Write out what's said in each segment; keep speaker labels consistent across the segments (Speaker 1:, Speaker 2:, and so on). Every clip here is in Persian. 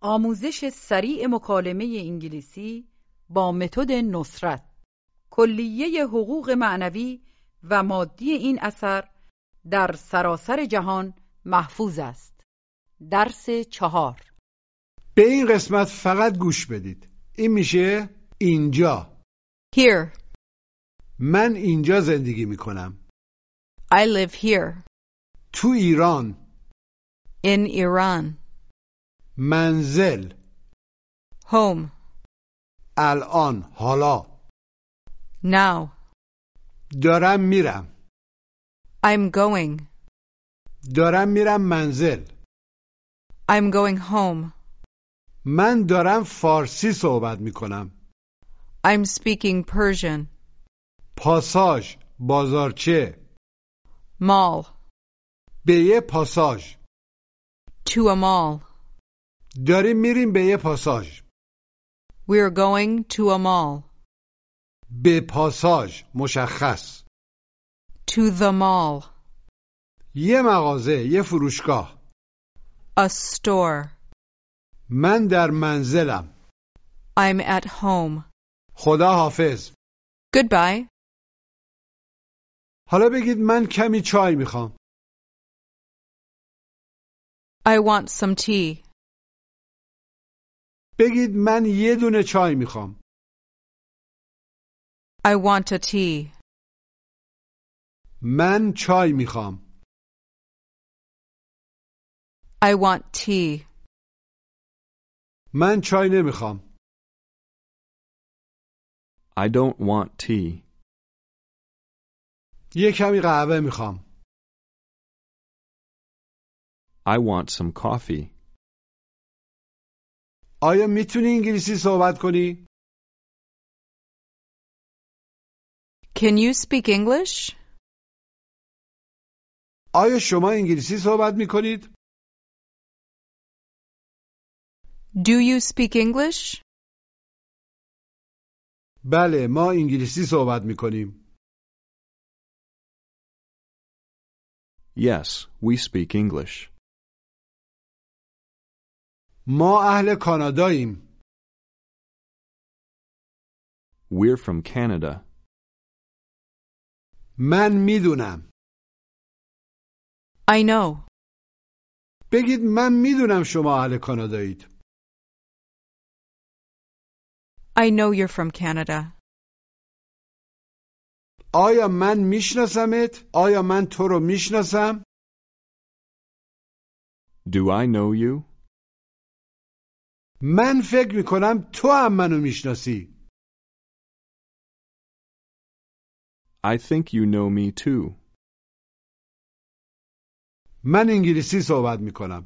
Speaker 1: آموزش سریع مکالمه انگلیسی با متد نصرت کلیه حقوق معنوی و مادی این اثر در سراسر جهان محفوظ است درس چهار
Speaker 2: به این قسمت فقط گوش بدید این میشه اینجا
Speaker 3: Here.
Speaker 2: من اینجا زندگی میکنم
Speaker 3: I live here.
Speaker 2: تو ایران
Speaker 3: In Iran.
Speaker 2: منزل
Speaker 3: Home.
Speaker 2: الان حالا
Speaker 3: Now.
Speaker 2: دارم میرم
Speaker 3: I'm going.
Speaker 2: دارم میرم منزل
Speaker 3: I'm going home.
Speaker 2: من دارم فارسی صحبت میکنم
Speaker 3: I'm speaking Persian.
Speaker 2: پاساژ بازارچه
Speaker 3: Mall.
Speaker 2: به یه پاساژ
Speaker 3: To a mall.
Speaker 2: داریم میریم به یه پاساژ
Speaker 3: We're going to a mall.
Speaker 2: به پاساژ مشخص
Speaker 3: To the mall.
Speaker 2: یه مغازه یه فروشگاه
Speaker 3: A store.
Speaker 2: من در منزلم
Speaker 3: I'm at home.
Speaker 2: خدا حافظ
Speaker 3: Goodbye.
Speaker 2: حالا بگید من کمی چای میخوام
Speaker 3: I want some tea.
Speaker 2: بگید من یه دونه چای میخوام
Speaker 3: I want a tea.
Speaker 2: من چای میخوام
Speaker 3: I want tea.
Speaker 2: من چای نمیخوام
Speaker 4: I don't want tea.
Speaker 2: یه کمی قهوه میخوام
Speaker 4: I want some coffee.
Speaker 2: آیا میتونی انگلیسی صحبت کنی؟
Speaker 3: Can you speak English?
Speaker 2: آیا شما انگلیسی صحبت میکنید؟
Speaker 3: Do you speak English?
Speaker 2: بله ما انگلیسی صحبت میکنیم
Speaker 4: Yes, we speak English.
Speaker 2: ما اهل کاناداییم
Speaker 4: We're from Canada.
Speaker 2: من میدونم
Speaker 3: I know.
Speaker 2: بگید من میدونم شما اهل کانادایید
Speaker 3: I know you're from Canada.
Speaker 2: آیا من میشناسمت؟ آیا من تو رو میشناسم؟
Speaker 4: Do I know you?
Speaker 2: من فکر میکنم تو هم منو میشناسی
Speaker 4: I think you know me too.
Speaker 2: من انگلیسی صحبت میکنم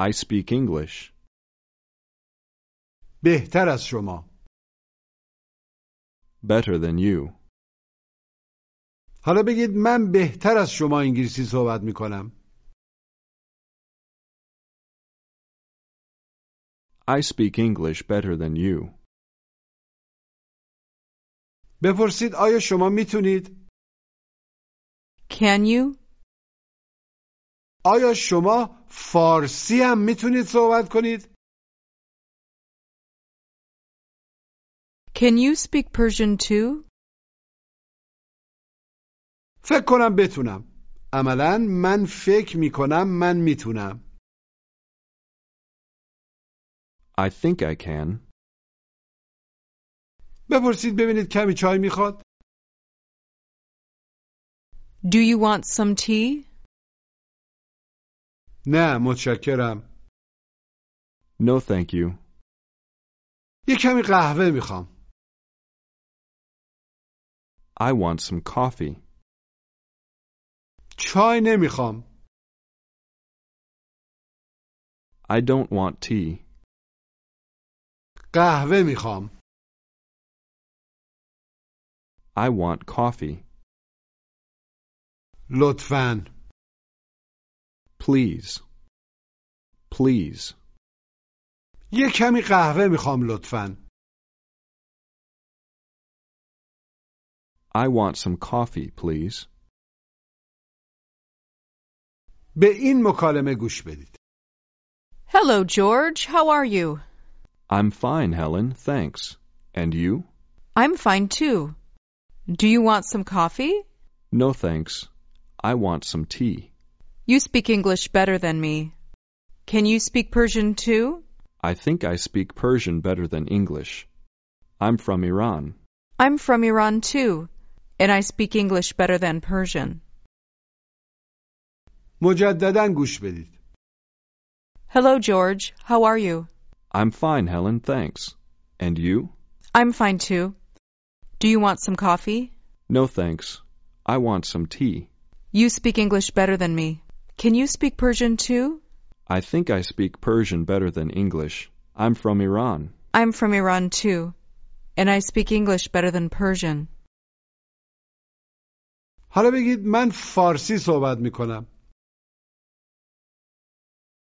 Speaker 4: I speak English.
Speaker 2: بهتر از شما
Speaker 4: Better than you.
Speaker 2: حالا بگید من بهتر از شما انگلیسی صحبت میکنم
Speaker 4: I speak English better than you.
Speaker 2: بپرسید آیا شما میتونید؟
Speaker 3: Can you?
Speaker 2: آیا شما فارسی هم میتونید صحبت کنید؟
Speaker 3: Can you speak Persian too?
Speaker 2: فکر کنم بتونم عملا من فکر میکنم من میتونم
Speaker 4: I think I can.
Speaker 2: بپرسید ببینید کمی چای میخواد؟
Speaker 3: Do you want some tea?
Speaker 2: نه متشکرم
Speaker 4: No, thank you.
Speaker 2: یه کمی قهوه میخوام
Speaker 4: I want some coffee.
Speaker 2: چای نمیخوام
Speaker 4: I don't want tea.
Speaker 2: قهوه میخوام
Speaker 4: I want coffee.
Speaker 2: لطفاً
Speaker 4: Please. Please.
Speaker 2: یه کمی قهوه میخوام لطفاً
Speaker 4: I want some coffee, please.
Speaker 2: به این مکالمه گوش بدید
Speaker 3: Hello, George. How are you?
Speaker 4: I'm fine, Helen, thanks. And you?
Speaker 3: I'm fine too. Do you want some coffee?
Speaker 4: No, thanks. I want some tea.
Speaker 3: You speak English better than me. Can you speak Persian too?
Speaker 4: I think I speak Persian better than English. I'm from Iran.
Speaker 3: I'm from Iran too, and I speak English better than Persian.
Speaker 2: مجددا گوش بدید
Speaker 3: Hello, George. How are you?
Speaker 4: I'm fine, Helen, thanks. And you?
Speaker 3: I'm fine too. Do you want some coffee?
Speaker 4: No, thanks. I want some tea.
Speaker 3: You speak English better than me. Can you speak Persian too?
Speaker 4: I think I speak Persian better than English. I'm from Iran.
Speaker 3: I'm from Iran too, and I speak English better than Persian.
Speaker 2: حالا بگید من فارسی صحبت می کنم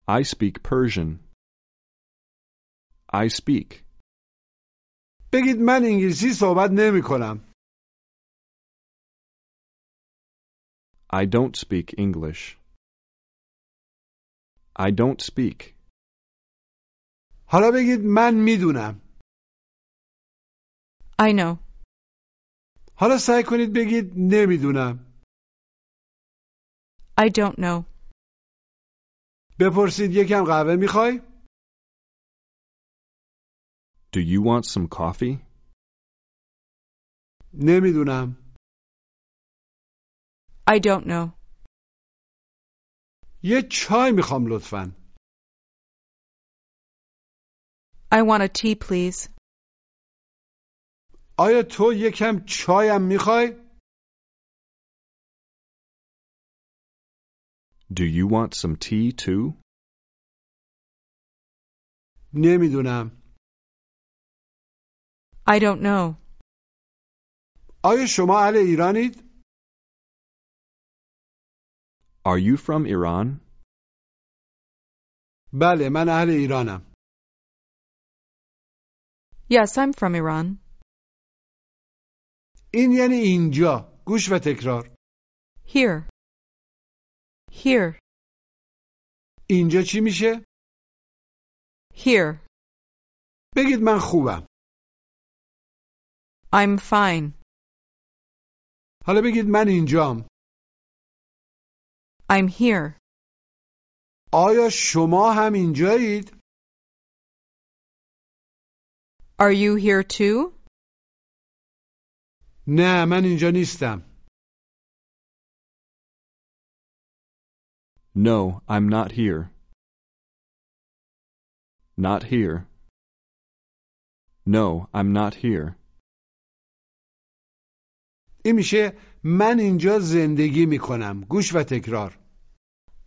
Speaker 4: I speak Persian. I speak.
Speaker 2: بگید من انگلیسی صحبت نمی کنم
Speaker 4: I don't speak English. I don't speak.
Speaker 2: حالا بگید من میدونم
Speaker 3: I know.
Speaker 2: حالا سعی کنید بگید نمیدونم
Speaker 3: I don't know.
Speaker 2: بپرسید یکم قهوه میخوای؟
Speaker 4: Do you want some coffee?
Speaker 2: نمیدونم
Speaker 3: I don't know.
Speaker 2: یه چای میخوام لطفا
Speaker 3: I want a tea, please.
Speaker 2: آیا تو یکم چایم میخوای؟
Speaker 4: Do you want some tea too?
Speaker 2: نمیدونم
Speaker 3: I don't know.
Speaker 2: آیا شما اهل ایرانید؟
Speaker 4: Are you from Iran?
Speaker 2: بله من اهل ایرانم
Speaker 3: Yes, I'm from Iran.
Speaker 2: این یعنی اینجا گوش و تکرار
Speaker 3: Here. Here.
Speaker 2: اینجا چی میشه؟
Speaker 3: Here.
Speaker 2: بگید من خوبم
Speaker 3: I'm fine.
Speaker 2: حالا بگید من اینجام
Speaker 3: I'm here.
Speaker 2: آیا شما هم اینجایید؟
Speaker 3: Are you here too?
Speaker 2: نه من اینجا نیستم
Speaker 4: No, I'm not here. Not here. No, I'm not here.
Speaker 2: این میشه من اینجا زندگی میکنم گوش و تکرار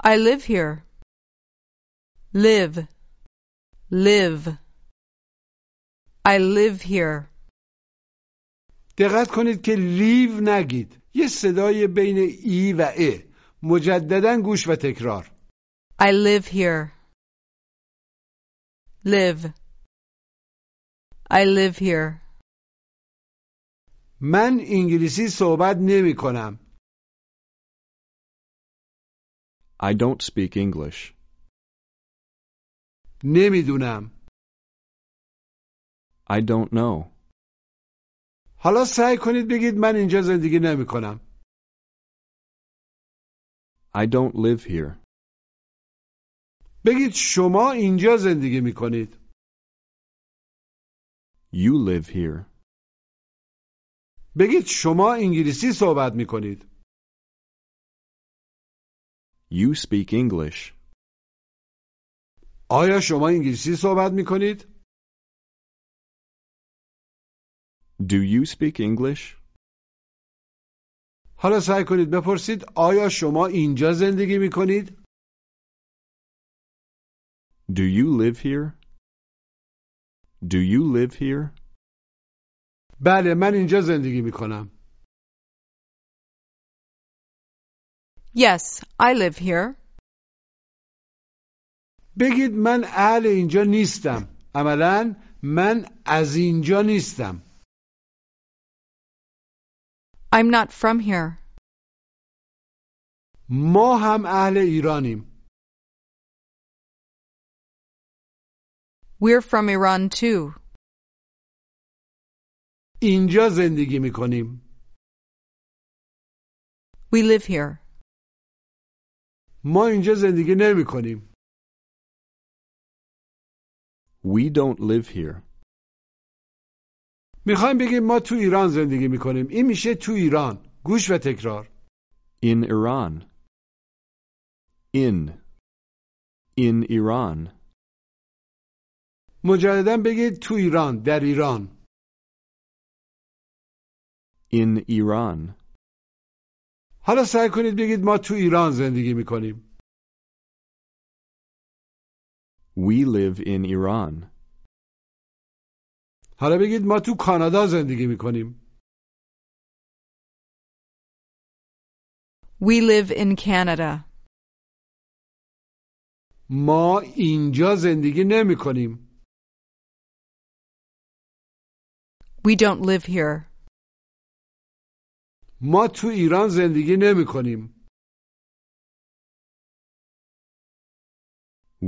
Speaker 3: I live here. Live. Live. I live here.
Speaker 2: دقت کنید که لیو نگید یه صدای بین ای و ا مجددا گوش و تکرار
Speaker 3: I live here. Live. I live here.
Speaker 2: من انگلیسی صحبت نمی کنم
Speaker 4: I don't speak English.
Speaker 2: نمیدونم
Speaker 4: I don't know.
Speaker 2: حالا سعی کنید بگید من اینجا زندگی نمی کنم
Speaker 4: I don't live here.
Speaker 2: بگید شما اینجا زندگی می کنید
Speaker 4: You live here.
Speaker 2: بگید شما انگلیسی صحبت می کنید
Speaker 4: You speak English.
Speaker 2: آیا شما انگلیسی صحبت می کنید
Speaker 4: Do you speak English?
Speaker 2: حالا سعی کنید بپرسید آیا شما اینجا زندگی می کنید
Speaker 4: Do you live here? Do you live here?
Speaker 2: بله من اینجا زندگی می کنم
Speaker 3: Yes, I live here.
Speaker 2: بگید من اهل اینجا نیستم عملا من از اینجا نیستم
Speaker 3: I'm not from here.
Speaker 2: ما هم اهل ایرانیم
Speaker 3: We're from Iran too.
Speaker 2: اینجا زندگی می کنیم.
Speaker 3: We live here.
Speaker 2: ما اینجا زندگی نمی کنیم.
Speaker 4: We don't live here.
Speaker 2: میخوایم بگیم ما تو ایران زندگی می کنیم. این میشه تو ایران. گوش و تکرار.
Speaker 4: In Iran. In. In Iran.
Speaker 2: مجددا بگید تو ایران در ایران.
Speaker 4: In Iran.
Speaker 2: حالا سعی کنید بگید ما تو ایران زندگی می کنیم.
Speaker 4: We live in Iran.
Speaker 2: حالا بگید ما تو کانادا زندگی می کنیم.
Speaker 3: We live in Canada.
Speaker 2: ما اینجا زندگی نمی کنیم.
Speaker 3: We don't live here.
Speaker 2: ما تو ایران زندگی نمی کنیم.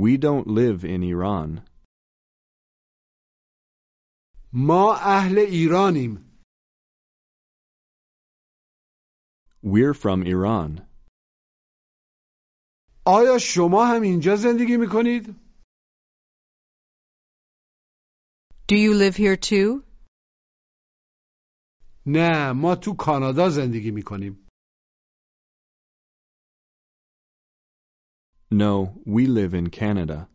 Speaker 4: We don't live in Iran.
Speaker 2: ما اهل ایرانیم.
Speaker 4: We're from Iran.
Speaker 2: آیا شما هم اینجا زندگی می کنید؟
Speaker 3: Do you live here too?
Speaker 2: نه ما تو کانادا زندگی می کنیم.
Speaker 4: No, we live in Canada.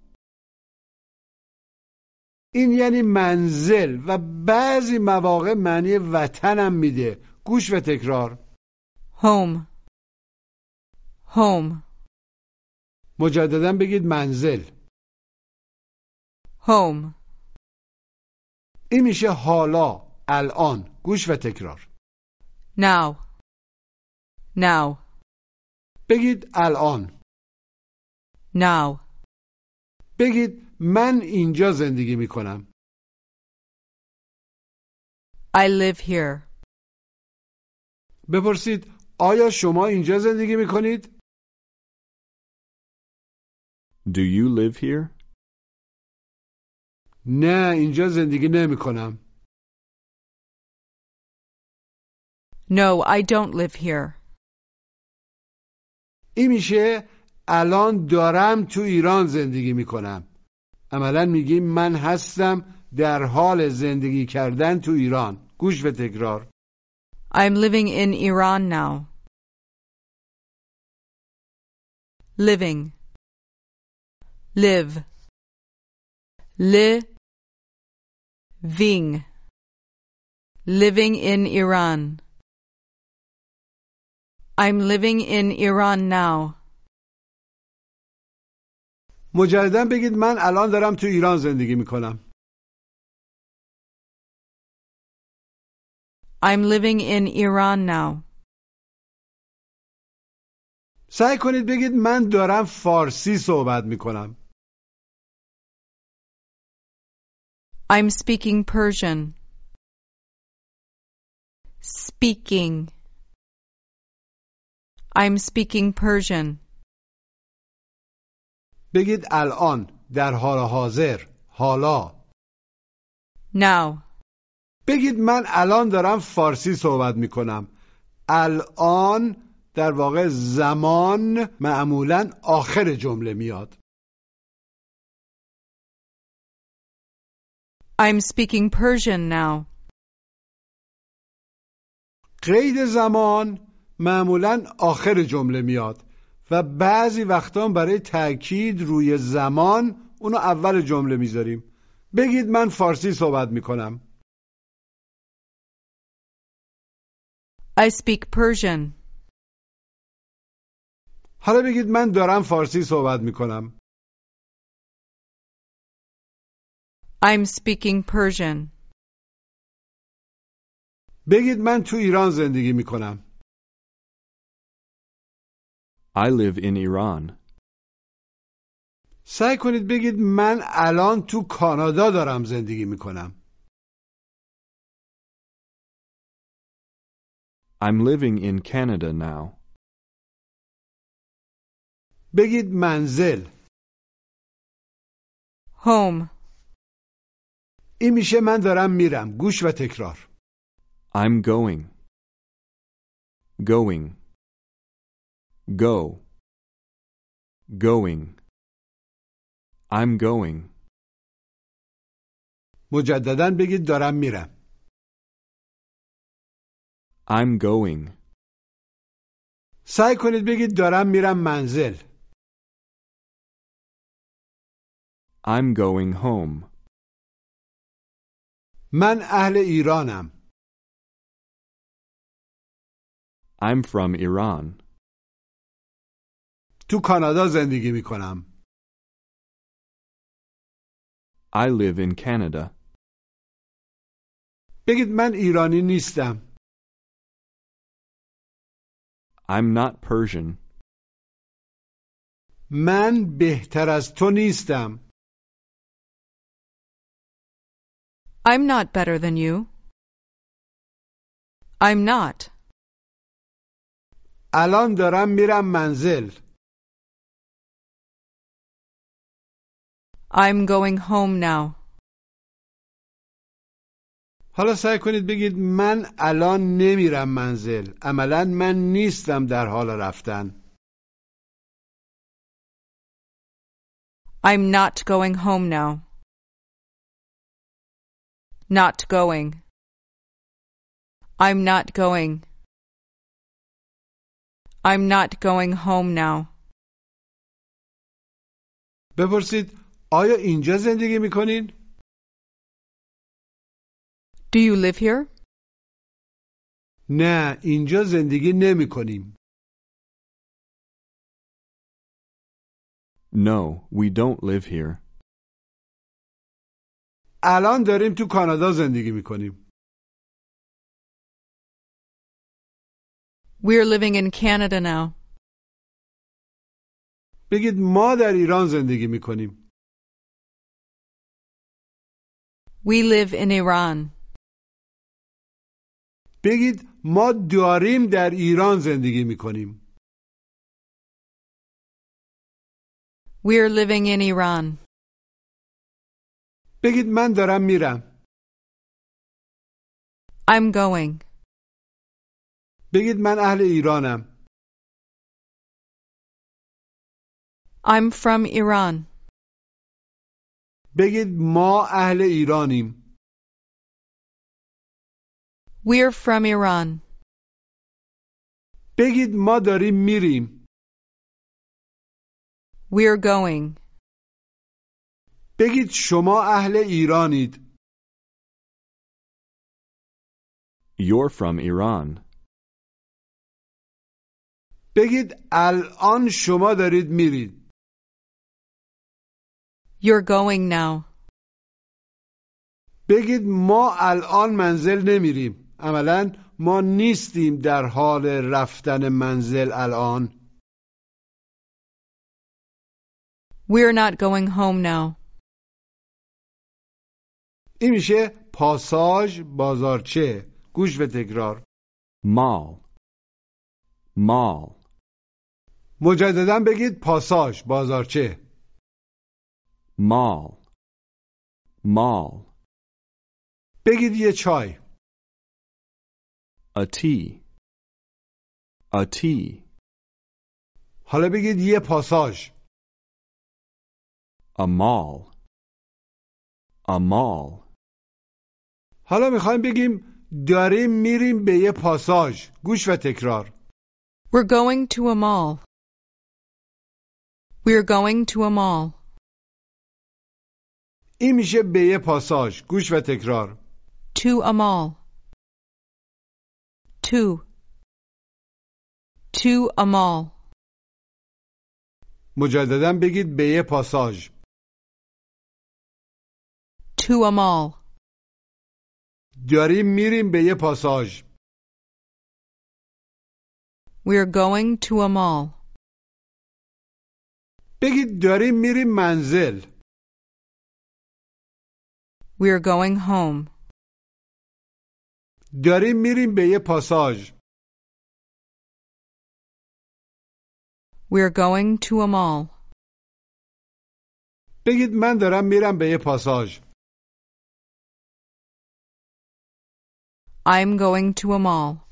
Speaker 2: این یعنی منزل و بعضی مواقع معنی وطنم میده. گوش و تکرار.
Speaker 3: Home. Home.
Speaker 2: مجددا بگید منزل.
Speaker 3: Home.
Speaker 2: این میشه حالا، الان. گوش و تکرار.
Speaker 3: Now. Now.
Speaker 2: بگید الان.
Speaker 3: Now.
Speaker 2: بگید من اینجا زندگی می کنم.
Speaker 3: I live here.
Speaker 2: بپرسید آیا شما اینجا زندگی می کنید؟
Speaker 4: Do you live here?
Speaker 2: نه اینجا زندگی نمی کنم.
Speaker 3: No, I don't live here.
Speaker 2: این میشه الان دارم تو ایران زندگی می کنم. عملا میگیم من هستم در حال زندگی کردن تو ایران. گوش و تکرار.
Speaker 3: I'm living in Iran now. Living. Live. Living. Living in Iran. I'm living in Iran now.
Speaker 2: مجددا بگید من الان دارم تو ایران زندگی می کنم.
Speaker 3: I'm living in Iran now.
Speaker 2: سعی کنید بگید من دارم فارسی صحبت می کنم.
Speaker 3: I'm speaking Persian. Speaking. I'm speaking Persian.
Speaker 2: بگید الان در حال حاضر حالا
Speaker 3: Now.
Speaker 2: بگید من الان دارم فارسی صحبت می کنم الان در واقع زمان معمولا آخر جمله میاد
Speaker 3: I'm speaking Persian now.
Speaker 2: قید زمان معمولا آخر جمله میاد و بعضی وقتا برای تاکید روی زمان اونو اول جمله میذاریم بگید من فارسی صحبت می کنم
Speaker 3: I speak Persian.
Speaker 2: حالا بگید من دارم فارسی صحبت می کنم
Speaker 3: I'm speaking Persian.
Speaker 2: بگید من تو ایران زندگی می کنم
Speaker 4: I live in Iran.
Speaker 2: سعی کنید بگید من الان تو کانادا دارم زندگی میکنم.
Speaker 4: I'm living in Canada now.
Speaker 2: بگید منزل.
Speaker 3: Home.
Speaker 2: این میشه من دارم میرم گوش و تکرار
Speaker 4: I'm going. Going. Go. Going. I'm going.
Speaker 2: مجددا بگید دارم میرم
Speaker 4: I'm going.
Speaker 2: سعی کنید بگید دارم میرم منزل
Speaker 4: I'm going home.
Speaker 2: من اهل ایرانم
Speaker 4: I'm from Iran.
Speaker 2: تو کانادا زندگی میکنم
Speaker 4: I live in Canada.
Speaker 2: بگید من ایرانی نیستم
Speaker 4: I'm not Persian.
Speaker 2: من بهتر از تو نیستم
Speaker 3: I'm not better than you. I'm not.
Speaker 2: الان دارم میرم منزل
Speaker 3: I'm going home now.
Speaker 2: حالا سعی کنید بگید من الان نمیرم منزل عملا من نیستم در حال رفتن
Speaker 3: I'm not going home now. Not going. I'm not going. I'm not going home now.
Speaker 2: بپرسید آیا اینجا زندگی میکنین؟
Speaker 3: Do you live here?
Speaker 2: نه اینجا زندگی نمیکنیم
Speaker 4: No, we don't live here.
Speaker 2: الان داریم تو کانادا زندگی میکنیم
Speaker 3: We're living in Canada now.
Speaker 2: بگید ما در ایران زندگی میکنیم
Speaker 3: We live in Iran.
Speaker 2: بگید ما داریم در ایران زندگی میکنیم
Speaker 3: We're living in Iran.
Speaker 2: بگید من دارم میرم
Speaker 3: I'm going.
Speaker 2: بگید من اهل ایرانم
Speaker 3: I'm from Iran.
Speaker 2: بگید ما اهل ایرانیم
Speaker 3: We're from Iran.
Speaker 2: بگید ما داریم میریم
Speaker 3: We're going.
Speaker 2: بگید شما اهل ایرانید
Speaker 4: You're from Iran.
Speaker 2: بگید الان شما دارید میرید
Speaker 3: You're going now.
Speaker 2: بگید ما الان منزل نمیریم عملا ما نیستیم در حال رفتن منزل الان
Speaker 3: We're not going home now.
Speaker 2: این میشه پاساژ بازارچه گوش و تکرار
Speaker 4: Mall. Mall.
Speaker 2: مجددا بگید پاساژ بازارچه
Speaker 4: Mall. Mall.
Speaker 2: بگید یه چای
Speaker 4: A tea. A tea.
Speaker 2: حالا بگید یه پاساژ
Speaker 4: A mall. A mall.
Speaker 2: حالا میخوایم بگیم داریم میریم به یه پاساژ گوش و تکرار
Speaker 3: We're going to a mall. We're going to a mall.
Speaker 2: این میشه به یه پاساژ گوش و تکرار
Speaker 3: To a mall. To. To a mall.
Speaker 2: مجددا بگید به یه پاساژ
Speaker 3: To a mall.
Speaker 2: داریم میریم به یه پاساژ
Speaker 3: We're going to a mall.
Speaker 2: بگید داریم میریم منزل
Speaker 3: We're going home.
Speaker 2: داریم میریم به یه پاساژ
Speaker 3: We're going to a mall.
Speaker 2: بگید من دارم میرم به یه پاساژ
Speaker 3: I'm going to a mall.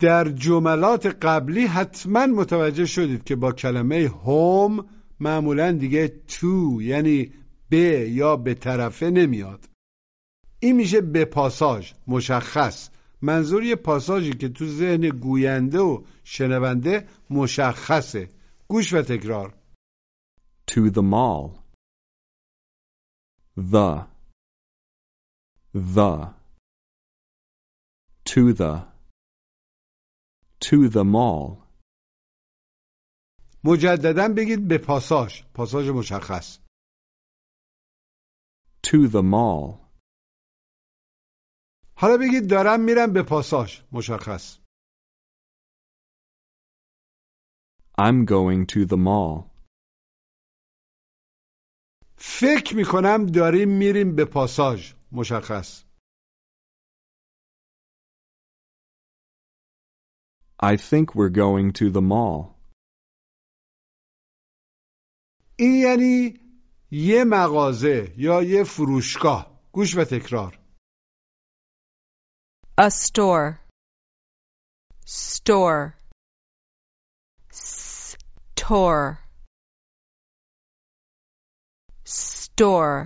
Speaker 2: در جملات قبلی حتما متوجه شدید که با کلمه هوم معمولا دیگه تو یعنی به یا به طرفه نمیاد این میشه به پاساژ مشخص منظور یه پاساژی که تو ذهن گوینده و شنونده مشخصه گوش و تکرار
Speaker 4: To the mall. The. The. To the. To the mall.
Speaker 2: مجددا بگید به پاساژ پاساژ مشخص
Speaker 4: To the mall.
Speaker 2: حالا بگید دارم میرم به پاساژ مشخص
Speaker 4: I'm going to the mall.
Speaker 2: فکر میکنم داریم میریم به پاساژ مشخص
Speaker 4: I think we're going to the mall.
Speaker 2: این یعنی یه مغازه یا یه فروشگاه گوش و تکرار
Speaker 3: A store. Store. Store. Store.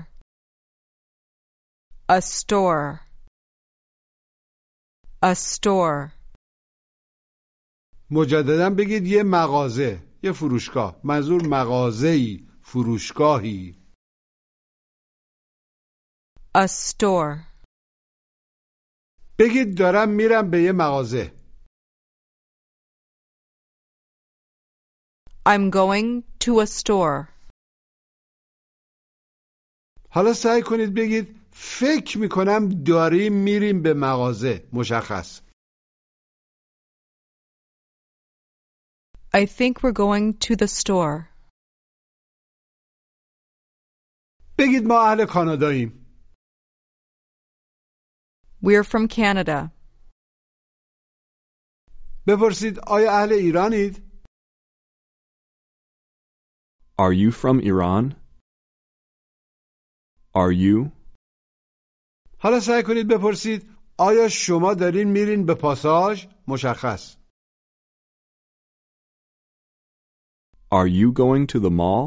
Speaker 3: A store. A store.
Speaker 2: مجددا بگید یه مغازه یه فروشگاه منظور مغازه‌ای فروشگاهی
Speaker 3: A store.
Speaker 2: بگید دارم میرم به یه مغازه
Speaker 3: I'm going to a store.
Speaker 2: حالا سعی کنید بگید فکر میکنم داریم میریم به مغازه مشخص
Speaker 3: I think we're going to the store.
Speaker 2: بگید ما اهل کاناداییم
Speaker 3: We're from Canada.
Speaker 2: بپرسید آیا اهل ایرانید
Speaker 4: Are you from Iran? Are you?
Speaker 2: حالا سعی کنید بپرسید آیا شما دارین میرین به پاساژ مشخص
Speaker 4: Are you going to the mall?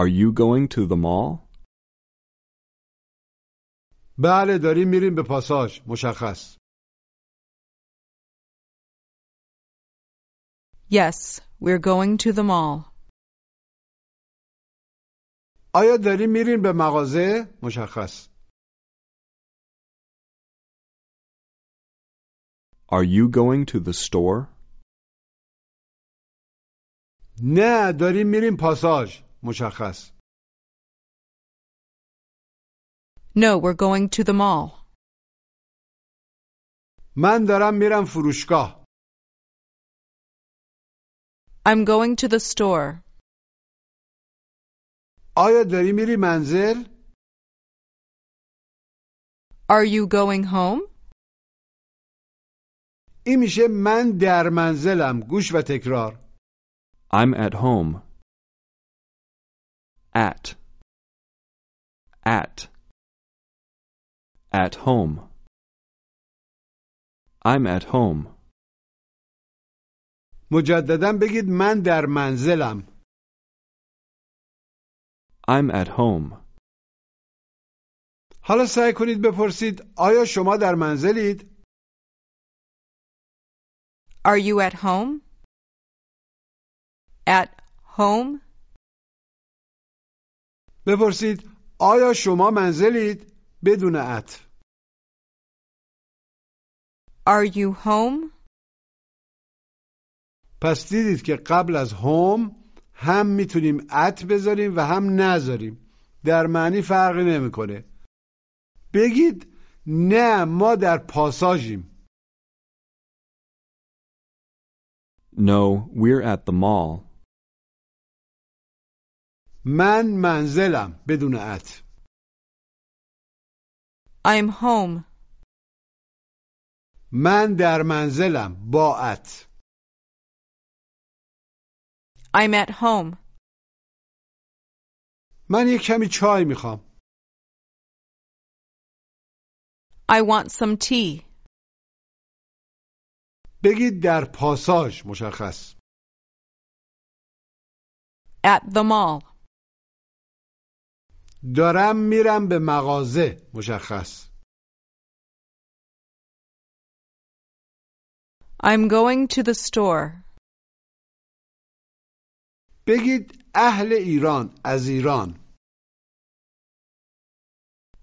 Speaker 4: Are you going to the mall?
Speaker 2: بله داریم میریم به پاساژ مشخص
Speaker 3: Yes, we're going to the mall.
Speaker 2: آیا داریم میرین به مغازه مشخص
Speaker 4: Are you going to the store?
Speaker 2: نه داریم میریم پاساژ مشخص
Speaker 3: No, we're going to the mall.
Speaker 2: من دارم میرم فروشگاه
Speaker 3: I'm going to the store.
Speaker 2: آیا داری میری منزل
Speaker 3: Are you going home?
Speaker 2: این میشه من در منزلم گوش و تکرار
Speaker 4: I'm at home. At. At. At home. I'm at home.
Speaker 2: مجددا بگید من در منزلم
Speaker 4: I'm at home.
Speaker 2: حالا سعی کنید بپرسید آیا شما در منزلید
Speaker 3: Are you at home? At home?
Speaker 2: بپرسید آیا شما منزلید بدون عطف
Speaker 3: Are you home?
Speaker 2: پس دیدید که قبل از هوم هم میتونیم ات بذاریم و هم نذاریم در معنی فرقی نمیکنه بگید نه ما در پاساژیم
Speaker 4: No, we're at the mall.
Speaker 2: من منزلم بدون ات
Speaker 3: I'm home.
Speaker 2: من در منزلم با ات
Speaker 3: I'm at home.
Speaker 2: من یک کمی چای میخوام
Speaker 3: I want some tea.
Speaker 2: بگید در پاساژ مشخص
Speaker 3: At the mall.
Speaker 2: دارم میرم به مغازه مشخص
Speaker 3: I'm going to the store.
Speaker 2: بگید اهل ایران از ایران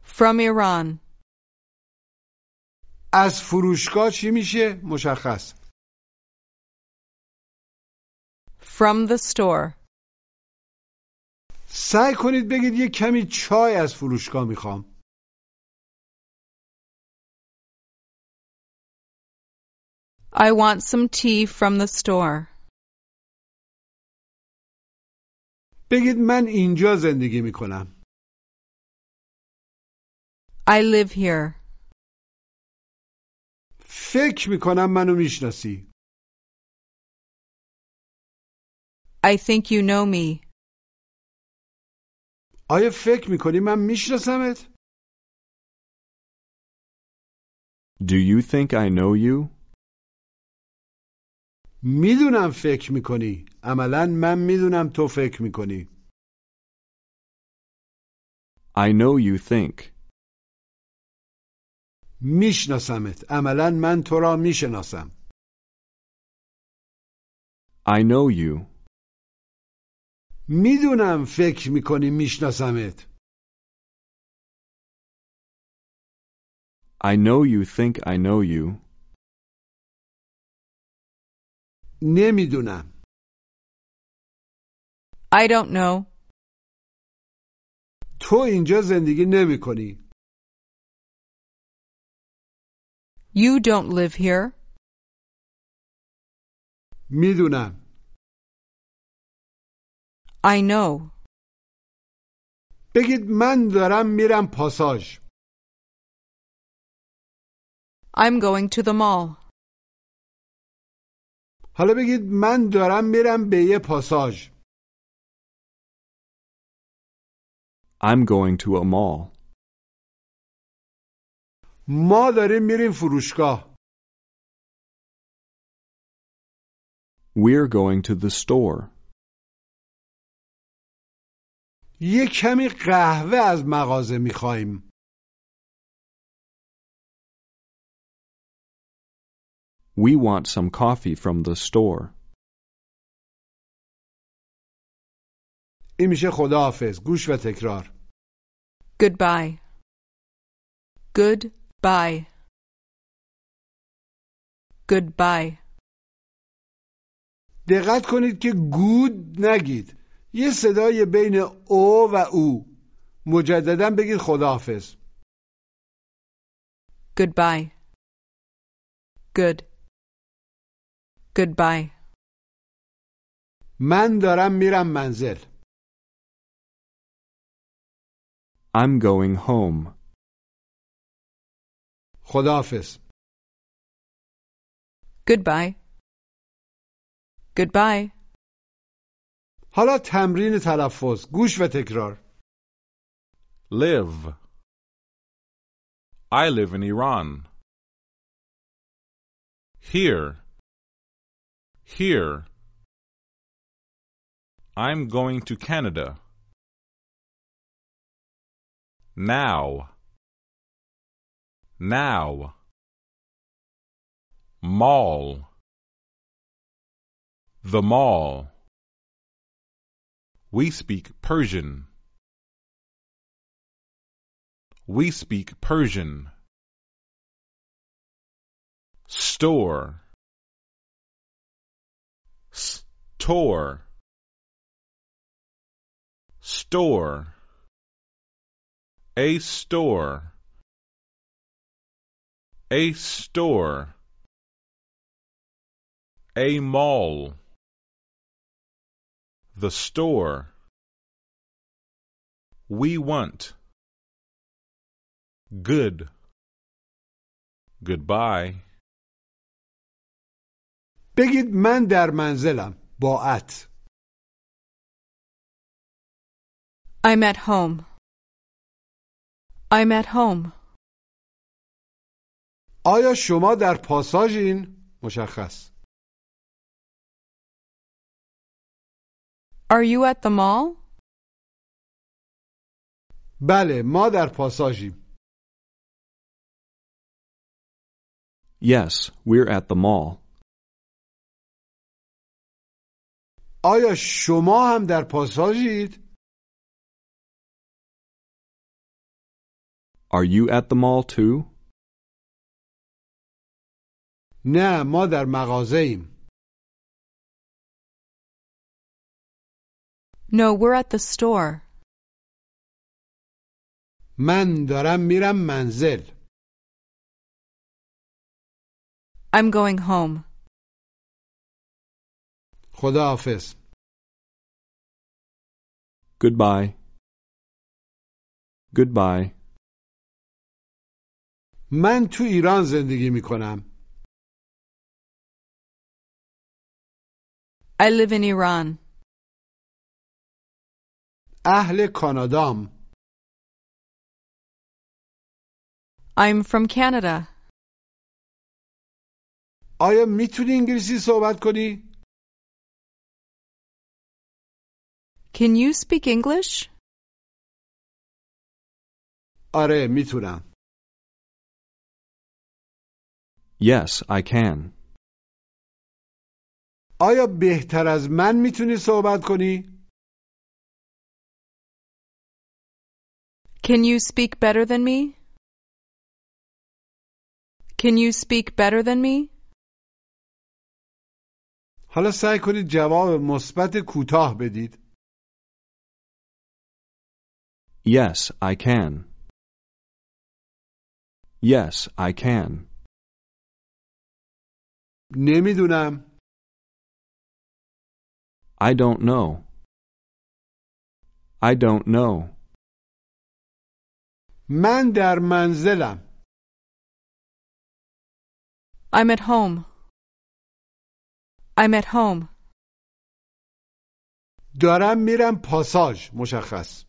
Speaker 3: From Iran.
Speaker 2: از فروشگاه چی میشه مشخص
Speaker 3: From the store.
Speaker 2: سعی کنید بگید یه کمی چای از فروشگاه میخوام
Speaker 3: I want some tea from the store.
Speaker 2: بگید من اینجا زندگی میکنم
Speaker 3: I live here.
Speaker 2: فکر میکنم منو میشناسی
Speaker 3: I think you know me.
Speaker 2: آیا فکر میکنی من میشناسمت؟
Speaker 4: Do you think I know you?
Speaker 2: میدونم فکر میکنی عملا من میدونم تو فکر میکنی
Speaker 4: I know you think.
Speaker 2: میشناسمت عملا من تو را میشناسم
Speaker 4: I know you.
Speaker 2: میدونم فکر میکنی میشناسمت
Speaker 4: I know you think I know you.
Speaker 2: نمیدونم
Speaker 3: I don't know.
Speaker 2: تو اینجا زندگی نمیکنی
Speaker 3: You don't live here.
Speaker 2: میدونم
Speaker 3: I know.
Speaker 2: بگید من دارم میرم پاساژ
Speaker 3: I'm going to the mall.
Speaker 2: حالا بگید من دارم میرم به یه پاساژ
Speaker 4: I'm going to a mall.
Speaker 2: ما داریم میریم فروشگاه
Speaker 4: We're going to the store.
Speaker 2: یه کمی قهوه از مغازه میخوایم
Speaker 4: We want some coffee from the store.
Speaker 2: این میشه خداحافظ گوش و تکرار
Speaker 3: Goodbye. Goodbye. Goodbye.
Speaker 2: دقت کنید که گود نگید یه صدای بین او و او مجددا بگید خداحافظ
Speaker 3: Goodbye. Good. Goodbye.
Speaker 2: من دارم میرم منزل
Speaker 4: I'm going home.
Speaker 2: خداحافظ
Speaker 3: Goodbye. Goodbye.
Speaker 2: حالا تمرین تلفظ گوش و تکرار
Speaker 5: Live. I live in Iran. Here. Here. I'm going to Canada. Now. Now. Mall. The mall. We speak Persian. We speak Persian. Store. Store. Store. A store. A store. A mall. The store. We want. Good. Goodbye.
Speaker 2: بگید من در منزلم با ات
Speaker 3: I'm at home. I'm at home.
Speaker 2: آیا شما در پاساژین؟ مشخص
Speaker 3: Are you at the mall?
Speaker 2: بله ما در پاساژیم
Speaker 4: Yes, we're at the mall.
Speaker 2: آیا شما هم در پاساژید؟
Speaker 4: Are you at the mall too?
Speaker 2: نه ما در مغازه ایم
Speaker 3: No, we're at the store.
Speaker 2: من دارم میرم منزل
Speaker 3: I'm going home.
Speaker 2: خداحافظ
Speaker 4: Goodbye. Goodbye.
Speaker 2: من تو ایران زندگی می کنم
Speaker 3: I live in Iran.
Speaker 2: اهل کانادام
Speaker 3: I'm from Canada.
Speaker 2: آیا میتونی انگلیسی صحبت کنی؟
Speaker 3: Can you speak English?
Speaker 2: آره میتونم
Speaker 4: Yes, I can.
Speaker 2: آیا بهتر از من میتونی صحبت کنی؟
Speaker 3: Can you speak better than me? Can you speak better than me?
Speaker 2: حالا سعی کنید جواب مثبت کوتاه بدید
Speaker 4: Yes, I can. Yes, I can.
Speaker 2: نمیدونم
Speaker 4: I don't know. I don't know.
Speaker 2: من در منزلم
Speaker 3: I'm at home. I'm at home.
Speaker 2: دارم میرم پاساژ مشخص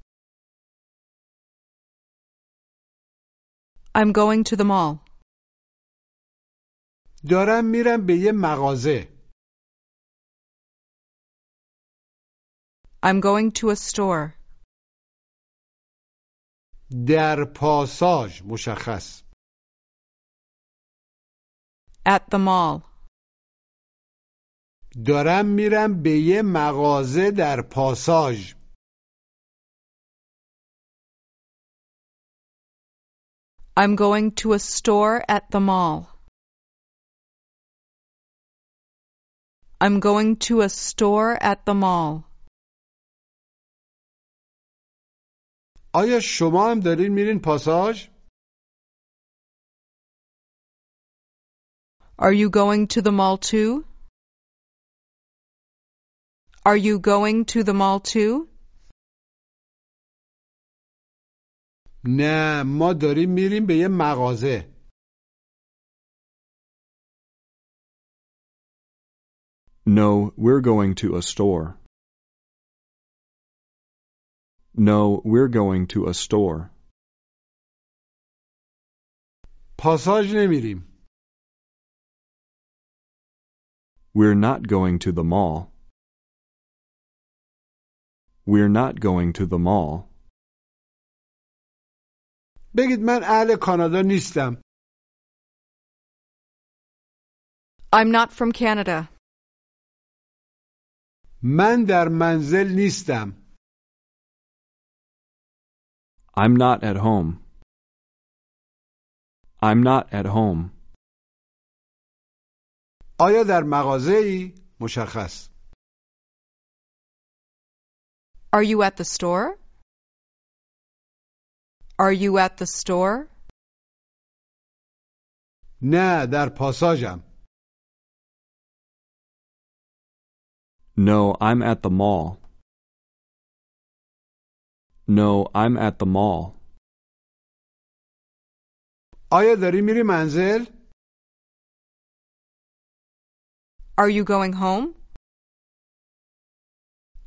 Speaker 3: I'm going to the mall.
Speaker 2: دارم میرم به یه مغازه
Speaker 3: I'm going to a store.
Speaker 2: در پاساژ مشخص
Speaker 3: At the mall.
Speaker 2: دارم میرم به یه مغازه در پاساژ
Speaker 3: I'm going to a store at the mall. I'm going to a store at the mall.
Speaker 2: آیا شما هم دارین میرین پاساژ؟
Speaker 3: Are you going to the mall too? Are you going to the mall too?
Speaker 2: نه ما داریم میریم به یه مغازه
Speaker 4: No, we're going to a store. No, we're going to a store.
Speaker 2: پاساژ نمیریم
Speaker 4: We're not going to the mall. We're not going to the mall.
Speaker 2: بگید من اهل کانادا نیستم
Speaker 3: I'm not from Canada.
Speaker 2: من در منزل نیستم
Speaker 4: I'm not at home. I'm not at home.
Speaker 2: آیا در مغازه ای؟ مشخص
Speaker 3: Are you at the store? Are you at the store?
Speaker 2: نه در پاساژم
Speaker 4: No, I'm at the mall. No, I'm at the mall.
Speaker 2: آیا داری میری منزل؟
Speaker 3: Are you going home?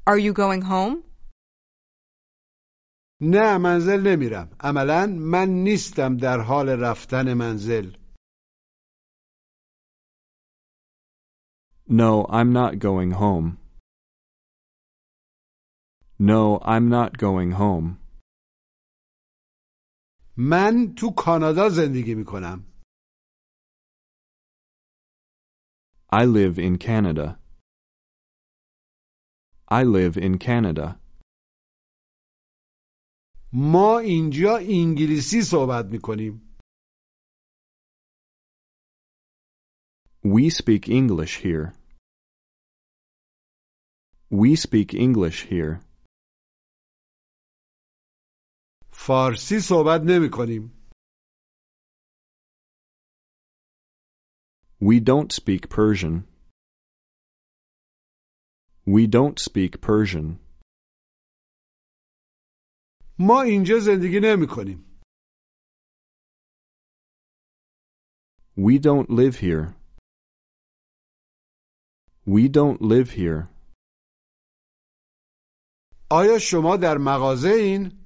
Speaker 3: Are you going home?
Speaker 2: نه منزل نمیرم عملا من نیستم در حال رفتن منزل
Speaker 4: No, I'm not going home. No, I'm not going home.
Speaker 2: من تو کانادا زندگی می کنم.
Speaker 4: I live in Canada. I live in Canada.
Speaker 2: ما اینجا انگلیسی صحبت می کنیم.
Speaker 4: We speak English here. We speak English here.
Speaker 2: فارسی صحبت نمی کنیم.
Speaker 4: We don't speak Persian. We don't speak Persian.
Speaker 2: ما اینجا زندگی نمی کنیم.
Speaker 4: We don't live here. We don't live here.
Speaker 2: آیا شما در مغازه این؟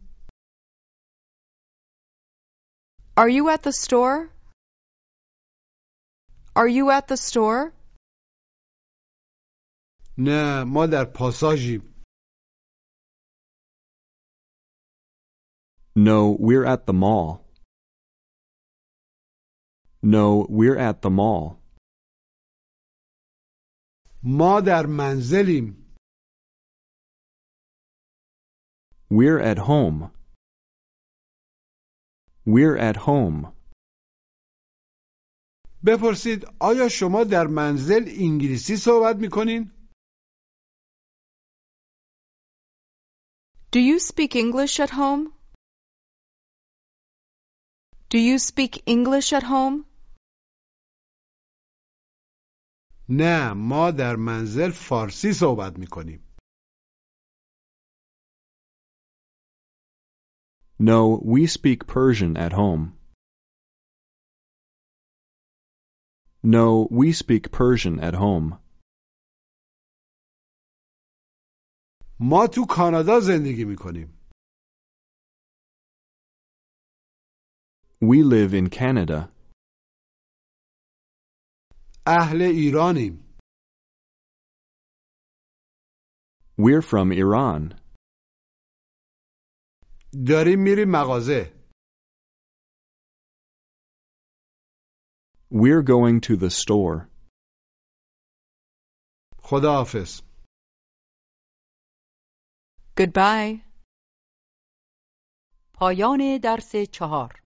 Speaker 3: Are you at the store? Are you at the store?
Speaker 2: نه ما در پاساژیم.
Speaker 4: No, we're at the mall. No, we're at the mall.
Speaker 2: ما در منزلیم.
Speaker 4: We're at home. We're at home.
Speaker 2: بپرسید آیا شما در منزل انگلیسی صحبت می کنین؟
Speaker 3: Do you speak English at home? Do you speak English at home?
Speaker 2: نه ما در منزل فارسی صحبت می کنیم.
Speaker 4: No, we speak Persian at home. No, we speak Persian at home.
Speaker 2: ما تو کانادا زندگی می کنیم.
Speaker 4: We live in Canada.
Speaker 2: اهل ایرانیم.
Speaker 4: We're from Iran.
Speaker 2: داریم میریم مغازه.
Speaker 4: We're going to the store.
Speaker 2: خداحافظ.
Speaker 3: Goodbye.
Speaker 1: پایان درس چهار